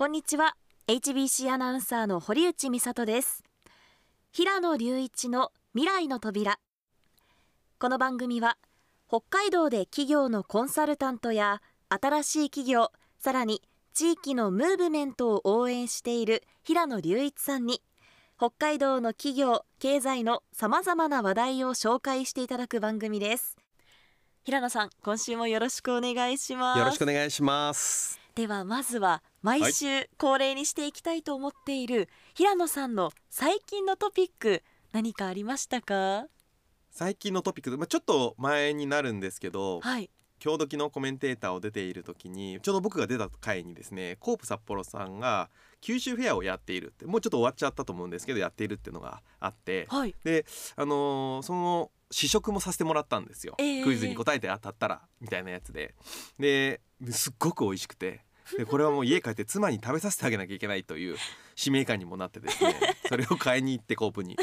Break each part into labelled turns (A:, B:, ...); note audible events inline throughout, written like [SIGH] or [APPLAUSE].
A: こんにちは HBC アナウンサーの堀内美里です平野隆一の未来の扉この番組は北海道で企業のコンサルタントや新しい企業さらに地域のムーブメントを応援している平野隆一さんに北海道の企業経済のさまざまな話題を紹介していただく番組です平野さん今週もよろしくお願いします
B: よろしくお願いします。
A: ではまずは毎週恒例にしていきたいと思っている平野さんの最近のトピック何かありましたか
B: 最近のトピックで、まあ、ちょっと前になるんですけど
A: はい
B: 今日時のコメンテーターを出ている時にちょうど僕が出た回にですねコープ札幌さんが九州フェアをやっているってもうちょっと終わっちゃったと思うんですけどやっているっていうのがあって
A: はい
B: で、あのーその試食もさせてもらったんですよ、
A: ええ
B: クイズに答えて当たったらみたいなやつでですっごく美味しくてでこれはもう家帰って妻に食べさせてあげなきゃいけないという使命感にもなってです
A: [LAUGHS]
B: ねそれを買いに行ってコープに。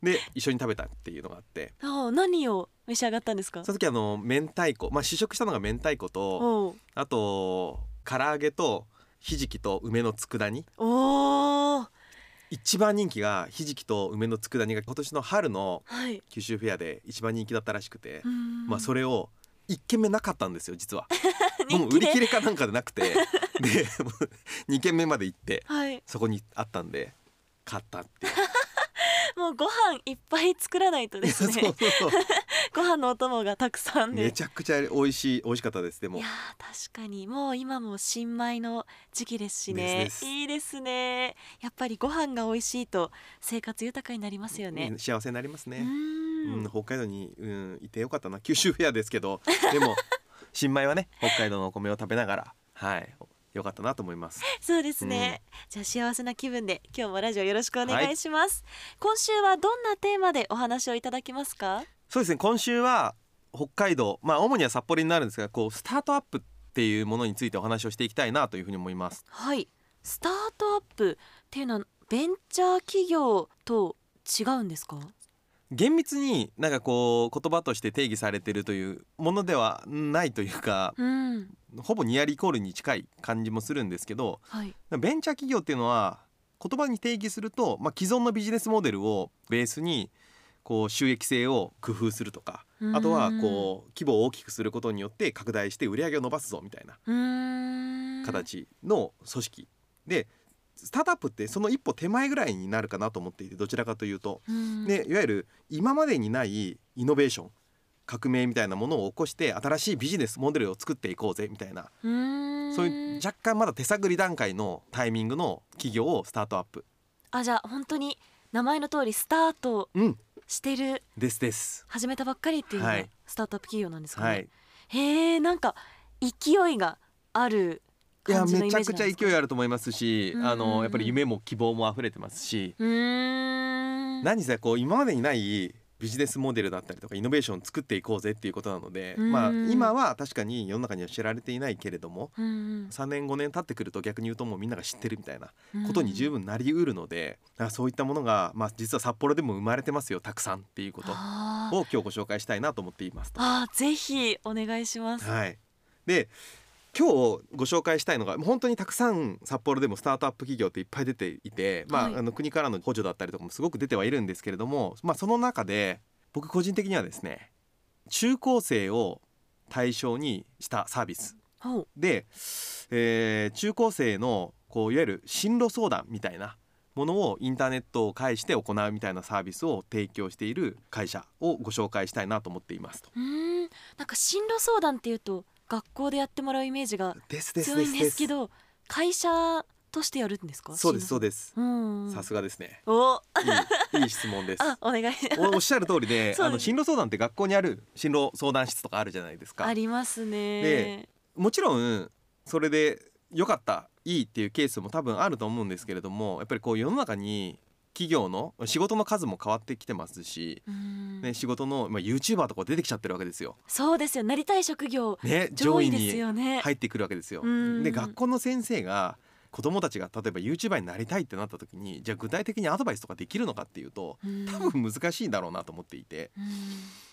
B: で一緒に食べたっていうのがあって
A: ああ何を召し上がったんですか
B: その時あの明太子、まあ、試食したのが明太子と
A: おう
B: あと唐揚げとひじきと梅の佃煮
A: おー
B: 一番人気がひじきと梅の佃煮が今年の春の
A: はい
B: 九州フェアで一番人気だったらしくて、まあ
A: [LAUGHS]
B: そ
A: れ
B: れを一軒目なかったんですよ実
A: [LAUGHS]
B: はも
A: 人
B: う
A: 気
B: 売り
A: で
B: 切れかなんかでな
A: [LAUGHS]
B: くてでもう二軒目まで行って
A: はい
B: そこにあったんで買ったっていう
A: もうご飯いっぱい作らないとです
B: [LAUGHS] そう
A: ね
B: そう
A: ご飯のお供がたくさんで
B: めちゃくちゃ美味しい美味しかったですで
A: い
B: も
A: やー確かにもう今も新米の時期ですしね
B: ですです
A: いいですねやっぱりご飯が美味しいと生活豊かになりますよね
B: ね幸せになります
A: う
B: ね、
A: ー
B: うん
A: ん
B: 北海道に、うん、いてよかったな九州フェアです
A: [LAUGHS]
B: けどでも新米はね北海道のお米を食べながらはいよかったなと思います
A: そうですね、じゃあ幸せな気分で今日もラジオよろしくお願いします、今週はどんなテーマでお話をいただけますか
B: そうですね今週は北海道まあ主には札幌になるんですがこうスタートアップっていうものについてお話をしていきたいなというふうに思います
A: はいスタートアップっていうのはベンチャー企業と違うんですか
B: 厳密になんかこう言葉として定義されてるというものではないというか [LAUGHS]
A: うん
B: ほぼニアリイコールに近い感じもするんですけど
A: はい
B: ベンチャー企業っていうのは言葉に定義すると、まあ、既存のビジネスモデルをベースにこう収益性を工夫するとかあとはこう規模を大きくすることによって拡大して売り上げを伸ばすぞみたいな
A: うーん
B: 形の組織でスタートアップってその一歩手前ぐらいになるかなと思っていてどちらかというと
A: うん
B: でいわゆる今までにないイノベーション革命みたいなものを起こして新しいビジネスモデルを作っていこうぜみたいな
A: うーん
B: そういう若干まだ手探り段階のタイミングの企業をスタートアップ、
A: あじゃあ本当に名前の通りスタート
B: うん、
A: してる
B: ですです。
A: 始めたばっかりっていうのが
B: はい
A: スタートアップ企業なんですかね、
B: はい、
A: へえんか勢いがある
B: いや
A: 感じのイメ
B: め
A: ージなん
B: ちゃ
A: です
B: く
A: か
B: ちゃ勢いあると思いますし、
A: うんうんうん
B: あのやっぱり夢も希望も溢れてますし、
A: うーん
B: 何せこう今までにないビジネスモデルだったりとかイノベーションを作っていこうぜっていうことなので、
A: うん
B: まあ今は確かに世の中には知られていないけれども
A: うんうん
B: 3年5年経ってくると逆に言うともうみんなが知ってるみたいなことに十
A: 分
B: 分なりうるので、あそういったものが、まあ、実は札幌でも生まれてますよたくさんっていうことを
A: あー
B: 今日ご紹介したいなと思っています。
A: あーぜひお願いします
B: はい、で今日ご紹介したいのがもう本当にたくさん札幌でもスタートアップ企業っていっぱい出ていて、まあ
A: はい
B: あの国からの補助だったりとかもすごく出てはいるんですけれども、まあ、その中で僕個人的にはですね中高生を対象にしたサービス
A: ほう
B: で、えー中高生のこういわゆる進路相談みたいなものをインターネットを介して行うみたいなサービスを提供している会社をご紹介したいなと思っていますと。
A: うーんなんか進路相談っていうと学校でやってもらうイメージが
B: ですです
A: 強
B: で
A: いん
B: す
A: ですけ
B: です
A: ど会社としてやるんですか
B: そうですそう
A: で
B: で
A: す、
B: す
A: うんうん
B: さすがですね。
A: お
B: いいいい質問です。
A: あお願い
B: おおっしゃる通りで、
A: [LAUGHS] そうです
B: あの進路相談って学校にある進路相談室とかあるじゃないですか
A: あ。りますね。
B: でもちろんそれで良かった、いいっていうケースも多分あると思うんですけれども、やっぱりこう世の中に企業の仕事の数も変わってきてますし、
A: うん
B: ね仕事のまあ YouTuber とか出てきちゃってるわけですよ。
A: そうですよなりたい職業
B: ね
A: 上
B: 上位
A: 位です
B: に
A: よね。
B: 入ってくるわけですよ
A: う。ん
B: で学校の先生が子供たちが例えば YouTuber になりたいってなった時にじゃあ具体的にアドバイスとかできるのかっていうと
A: うん
B: 多分難しいだろうなと思っていて
A: うん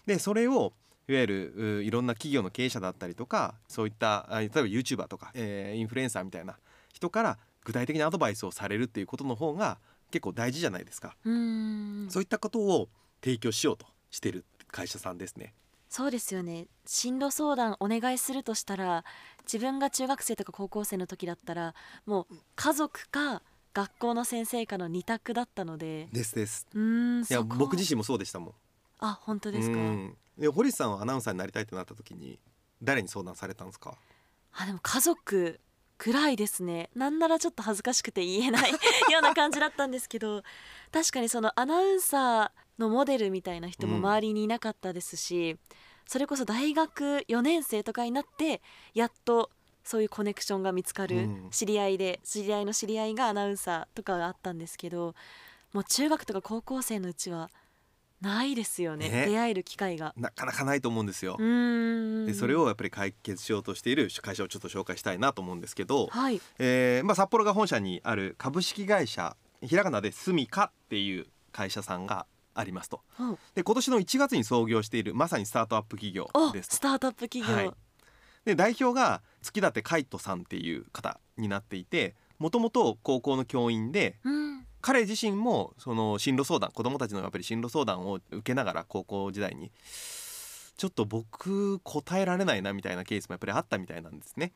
B: でそれをいわゆるういろんな企業の経営者だったりとかそういったあ例えば YouTuber とか、えーインフルエンサーみたいな人から具体的なアドバイスをされるっていうことの方が結構大事じゃないですか、
A: うーん
B: そういったことを提供しようとしてる会社さんですね
A: そうですよね進路相談お願いするとしたら自分が中学生とか高校生の時だったらもう家族か学校の先生かの二択だったので
B: ですです
A: うーん
B: い
A: そ
B: や
A: こ
B: 僕自身もそうでしたもん
A: あ本当ですか
B: うんで堀内さんはアナウンサーになりたいってなった時に誰に相談されたんですか
A: あでも家族くらいですねなんならちょっと恥ずかしくて言えない
B: [LAUGHS]
A: ような感じだったんですけど確かにそのアナウンサーのモデルみたいな人も
B: うん
A: 周りにいなかったですし、それこそ大学4年生とかになってやっとそういうコネクションが見つかる、
B: うん
A: 知り合いで知り合いの知り合いがアナウンサーとかがあったんですけどもう中学とか高校生のうちはないですよね
B: ね
A: 出会える機会が。
B: なかなかないと思うんですよ
A: う、ーん
B: でそれをやっぱり解決しようとしている会社をちょっと紹介したいなと思うんですけど、
A: はい
B: えーまあ、札幌が本社にある株式会社ひらがなでスミカっていう会社さんがありますと
A: お
B: で今年の1月に創業しているまさにスタートアップ企業
A: お
B: です
A: スタートアップ企業、
B: はいで代表が月立海人さんっていう方になっていてもともと高校の教員で
A: うん
B: 彼自身もその進路相談子どもたちのやっぱり進路相談を受けながら高校時代にちょっと僕答えられないなみたいなケースもやっぱりあったみたいなんですね。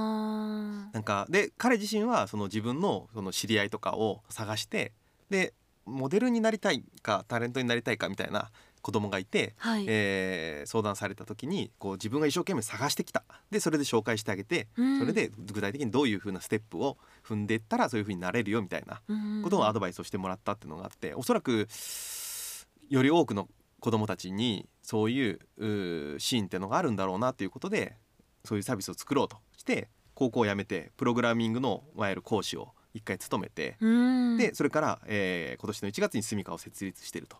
A: あ
B: なんかで彼自身はその自分のその知り合いとかを探してでモデルになりたいかタレントになりたいかみたいな子供がいて、
A: ーはい、
B: えー相談された時にこう自分が一生懸命探してきたでそれで紹介してあげて
A: うん
B: それで具体的にどういう風なステップを踏んでいったらそういう風になれるよみたいなことをアド
A: バ
B: バイスをしてもらったっていうのがあっておそらくより多くの子どもたちにそういううーシーンってのがあるんだろうなということでそういうサービスを作ろうとして高校を辞めてプログラミングのいわゆる講師を一回務めて、
A: イ
B: でそれから、えー今年の1月にスミカを設立していると。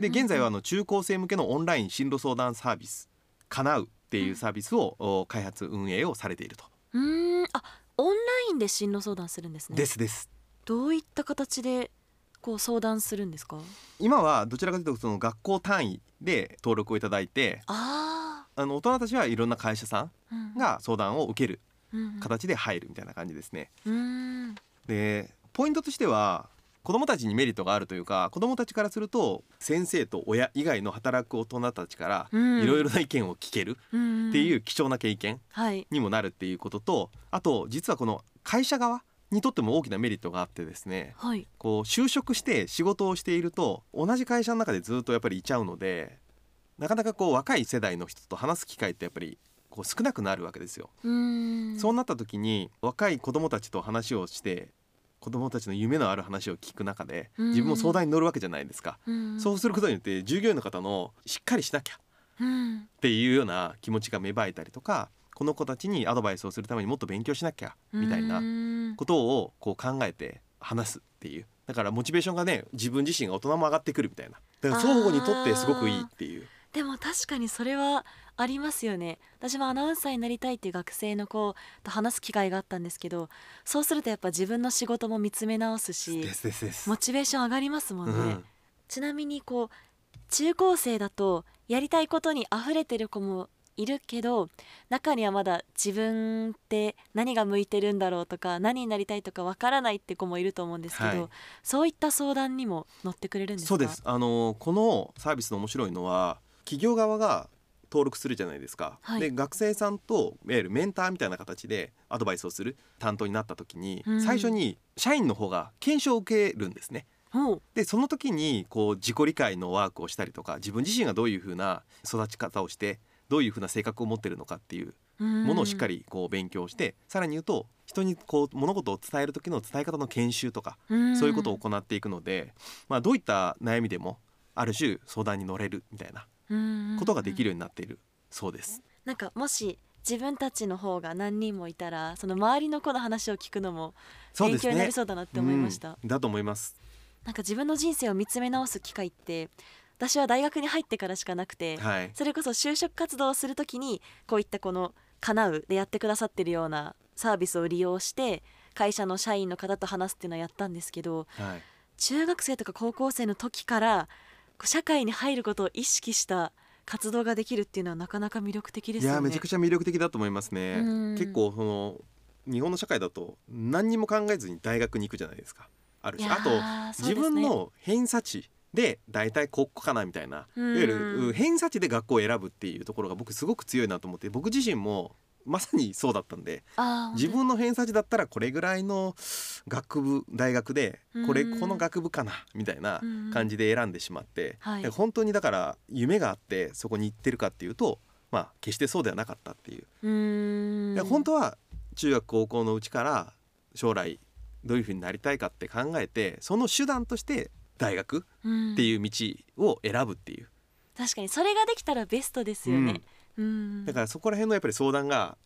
B: で
A: で
B: 現在はあの中高生向けのオンライン進路相談サービス「かなう」っていうサービスを、お開発運営をされていると。
A: うんあオンラインで進路相談するんですね
B: ですです。
A: どういった形でこう相談するんですか
B: 今はどちらかというとその学校単位で登録をいただいて
A: あ
B: あの大人たちはいろんな会社さん
A: あ
B: が相談を受ける
A: 形
B: 形で入るみたいな感じですね。
A: うん
B: でポイントとしては子どもたちにメリットがあるというか子どもたちからすると先生と親以外の働く大人たちから
A: うん
B: いろいろな意見を聞ける
A: っ
B: っていうう貴重な経験
A: はい
B: にもなるっていうこととあと実はこの会社側にとっても大きなメリットがあってですね
A: はい
B: こう就職して仕事をしていると同じ会社の中でずっとやっぱりいちゃうのでなかなかこう若い世代の人と話す機会ってやっぱりこう少なくなるわけですよ。
A: うん
B: そうなった時に若い子供たちと話をして子供たちの夢のある話を聞く中で
A: うん
B: 自分も相談に乗るわけじゃないですか。
A: うん
B: そうすることによって従業員の方のしっかりしなきゃ
A: うん
B: っていうような気持ちが芽生えたりとかこの子たちにアドバイスをするためにもっと勉強しなきゃみたいな
A: うん
B: ことをこう考えて話すっていうだからモチベーションがね自分自身が大人も上がってくるみたいなだから双方にとってすごくいいっていう
A: でも確かにそれはありますよね私もアナウンサーになりたいっていう学生の子と話す機会があったんですけどそうするとやっぱ自分の仕事も見つめ直すし
B: ですですです
A: モチベーション上がりますもん
B: う
A: ね、
B: ん
A: ちなみにこう中高生だとやりたいことに溢れてる子もいるけど中にはまだ自分って何が向いてるんだろうとか何になりたいとかわからないって子もいると思うんですけど、
B: はい
A: そういった相談にも乗ってくれるんですか
B: そうですあのこのサービスの面白いのは企業側が登録するじゃないですか、
A: はい
B: で学生さんといわゆるメンターみたいな形でアドバイスをする担当になった時に、
A: うん
B: 最初に社員の方が研修を受けるんですね
A: おう
B: でその時にこう自己理解のワークをしたりとか自分自身がどういうふうな育ち方をしてどういうふうな性格を持ってるのかっていうものをしっか
A: り
B: りこう勉強して、さらに言うと人にこう物事を伝える時の伝え方の研修とか、そういうことを行っていくので、まあ、どういった悩みでもある種相談に乗れるみたいなことができるようになっているそうです。
A: なんかもし自分たちの方が何人もいたらその周りの子の話を聞くのも
B: そう
A: 勉
B: です
A: 強にな
B: ね
A: りそうだなって思いました、
B: うんだと思います。
A: なんか自分の人生を見つめ直す機会って私は大学に入ってからしかなくて、
B: はい、
A: それこそ就職活動をするときにこういったこの「叶う」でやってくださってるようなサービスを利用して会社の社員の方と話すっていうのはやったんですけど
B: はい、
A: 中学生とか高校生の時からこう社会に入ることを意識した活動ができるっていうのはなかなか魅力的で
B: い
A: すよね。
B: やめちゃくちゃ魅力的だと思いますね
A: うん。
B: 結構その日本の社会だと何にも考えずに大学に行くじゃないですかある
A: い
B: し
A: や
B: あと
A: ーそうで
B: 自
A: すね
B: 分の偏差値で大体国庫かなみたいないうわ
A: ん
B: ゆる偏差値で学校を選ぶっていうところが僕すごく強いなと思って僕自身もまさにそうだったんで
A: あー
B: 自分の偏差値だったらこれぐらいの学部大学でこれ
A: うん
B: この学部かなみたいな感じで選んでしまって
A: はい
B: で本当にだから夢があってそこに行ってるかっていうとまあ決してそうではなかったっていう
A: うーん
B: で本当は中学高校のうちから将来どういうふうになりたいかって考えてその手段として大学
A: うん
B: っていう道を選ぶっていう、
A: 確かにそれができたらベストですよね、うん、
B: だからそこら辺のやっぱり相談が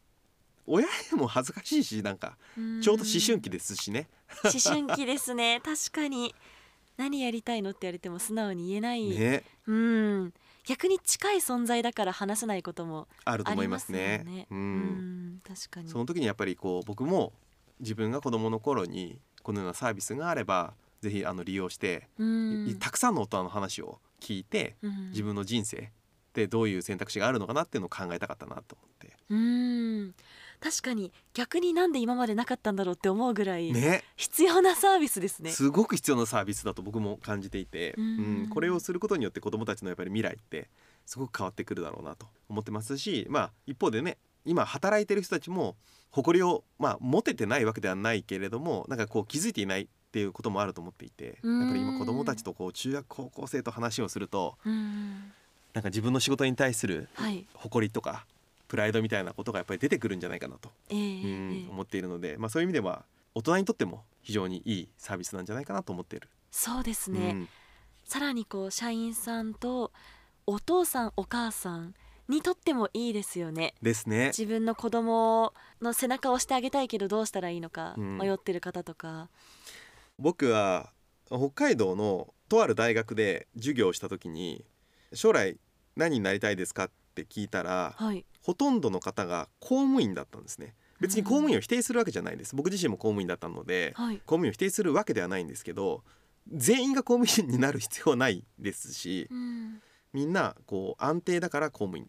B: 親にも恥ずかしいしなんか
A: うん
B: ちょうど思春期ですしね、
A: 思春期ですね確かに何やりたいのって言われても素直に言えない、
B: ね
A: うん逆に近い存在だから話せないことも
B: あると
A: あ
B: 思い
A: り
B: ま
A: ます
B: す
A: よ
B: ね
A: ね。
B: う
A: うんん確かに
B: その時にやっぱりこう僕も自分が子どもの頃にこのようなサービスがあればぜひあの利用して、
A: うん
B: いたくさんの大人の話を聞いて
A: うん
B: 自分の人生ってどういう選択肢があるのかなっていうのを考えたかったなと思って。
A: うん確かに逆になんで今までなかったんだろうって思うぐらい
B: ね、
A: 必要なサービスですね
B: すごく必要なサービスだと僕も感じていて、
A: うん
B: うんこれをすることによって子どもたちのやっぱり未来ってすごく変わってくるだろうなと思ってますし、まあ、一方でね今働いてる人たちも誇りを、まあ、持ててないわけではないけれどもなんかこう気づいていないっていうこともあると思っていて
A: うん
B: やっぱり今子どもたちとこう中学高校生と話をすると
A: うん
B: なんか自分の仕事に対する
A: はい
B: 誇りとかプライドみたいなことがやっぱり出てくるんじゃないかなと
A: ええ
B: うん
A: ええ
B: 思っているので、まあ、そういう意味では大人にとっても非常にいいサービスなんじゃないかなと思っている。
A: そうですね、
B: うん
A: さらにこう社員さんとお父さんお母さんにとってもいいですよね
B: ですね。
A: 自分の子供の背中を押してあげたいけどどうしたらいいのか
B: うん
A: 迷ってる方とか、
B: 僕は北海道のとある大学で授業をした時に将来何になりたいですかって聞いたら
A: はい
B: ほとんどの方が公務員だったんですね別に公務員を否定するわけじゃないです僕自身も公務員だったので
A: はい
B: 公務員を否定するわけではないんですけど全員が公務員になる必要はないですし
A: うん
B: みんなこう安定だから公務員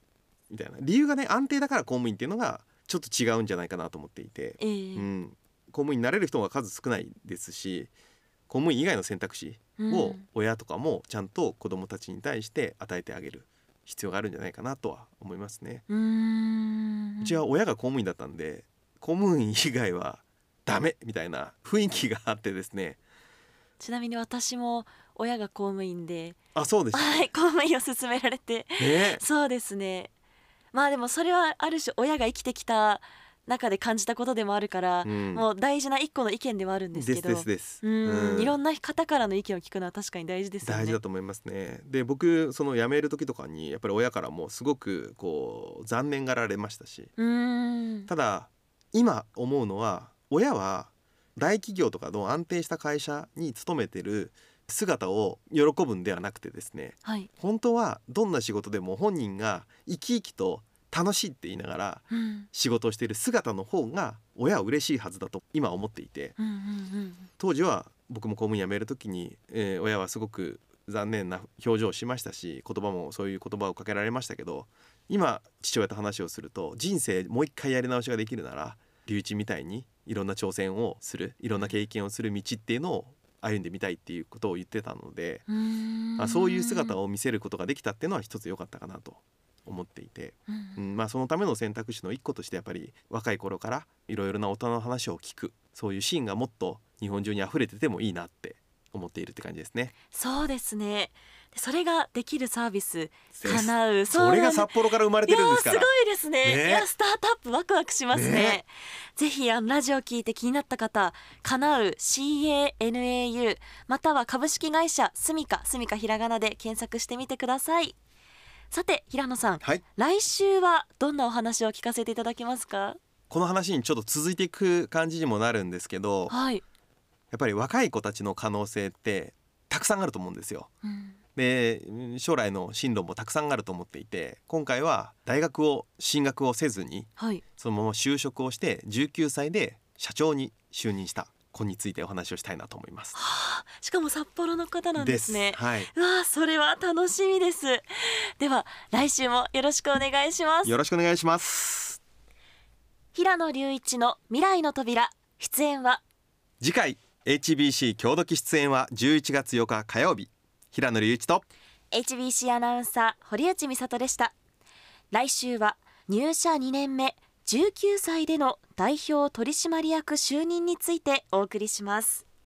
B: みたいな理由がね安定だから公務員っていうのがちょっと違うんじゃないかなと思っていて、
A: ええ
B: うん、公務員になれる人が数少ないですし公務員以外の選択肢
A: う
B: を
A: ん
B: 親とかもちゃんと子どもたちに対して与えてあげる必要があるんじゃないかなとは思いますね。
A: うーん
B: うちは親が公務員だったんで公務員以外はダメみたいな雰囲気があってですね
A: ちなみに私も親が公務員で、
B: あそうです
A: はい、公務員を勧められて
B: ね
A: そうですねまあでもそれはある種親が生きてきた中で感じたことでもあるから、
B: うん
A: もう大事な一個の意見ではあるん
B: で
A: ですすけど
B: ですです。
A: うんいろ
B: なん
A: な方からの意見を聞くのは確かに大事ですよね
B: 大事だと思いますね。で僕その辞める時とかにやっぱり親からもすごくこう残念がられましたし
A: うーん
B: ただ今思うのは親は大企業とかの安定した会社に勤めてる姿を喜ぶんではなくてですね
A: はい、
B: 本当はどんな仕事でも本人が生き生きと楽しいって言いながら
A: うん、うん
B: 仕事をしている姿の方が親は嬉しいはずだと今思っていて
A: うんうん
B: 当時は僕も公務員辞める時に、えー親はすごく残念な表情をしましたし言葉もそういう言葉をかけられましたけど今父親と話をすると人生もう一回やり直しができるなら龍一みたいにいろんな挑戦をするいろんな経験をする道っていうのを歩んでみたいっていうことを言ってたので、
A: うーん
B: まあ、そういう姿を見せることができたっていうのは一つ良かったかなと思っていて、
A: うん
B: うんまあ、そのための選択肢の一個としてやっぱり若い頃からいろいろな大人の話を聞くそういうシーンがもっと日本中に溢れててもいいなって思っているって感じですね。
A: そうですねでそれができるサービス
B: です
A: 叶う
B: それが
A: うなん
B: 札幌から生まれ
A: い
B: て
A: や
B: るん
A: ー
B: で
A: す
B: すか
A: ごい
B: ら。
A: ですね
B: ね
A: いやスタートアップワクワクしますね
B: ね
A: ぜひあのラジオ聞いて気になった方叶う CANAU または株式会社スミカスミカひらがなで検索してみてくださいさて平野さん
B: はい。
A: 来週はどんなお話を聞かせていただけますか
B: この話にちょっと続いていく感じにもなるんですけど、や
A: はい、
B: っぱり若い子たちの可能性ってたくさんあると思うんですよ。
A: うん
B: でうん将来の進路もたくさんあると思っていて今回は大学を進学をせずに
A: はい
B: そのまま就職をして19歳で社長に就任した子についてお話をしたいなと思います。
A: はあしかも札幌の方なんですね
B: はい。
A: うわあそれは楽しみですでは来週もよろしくお願いします
B: よろしくお願いします。
A: 平野隆一の未来の扉出演は
B: 次回 HBC 郷土期出演は11月8日火曜日平野隆一と
A: HBC アナウンサー堀内美里でした来週は入社2年目19歳での代表取締役就任についてお送りします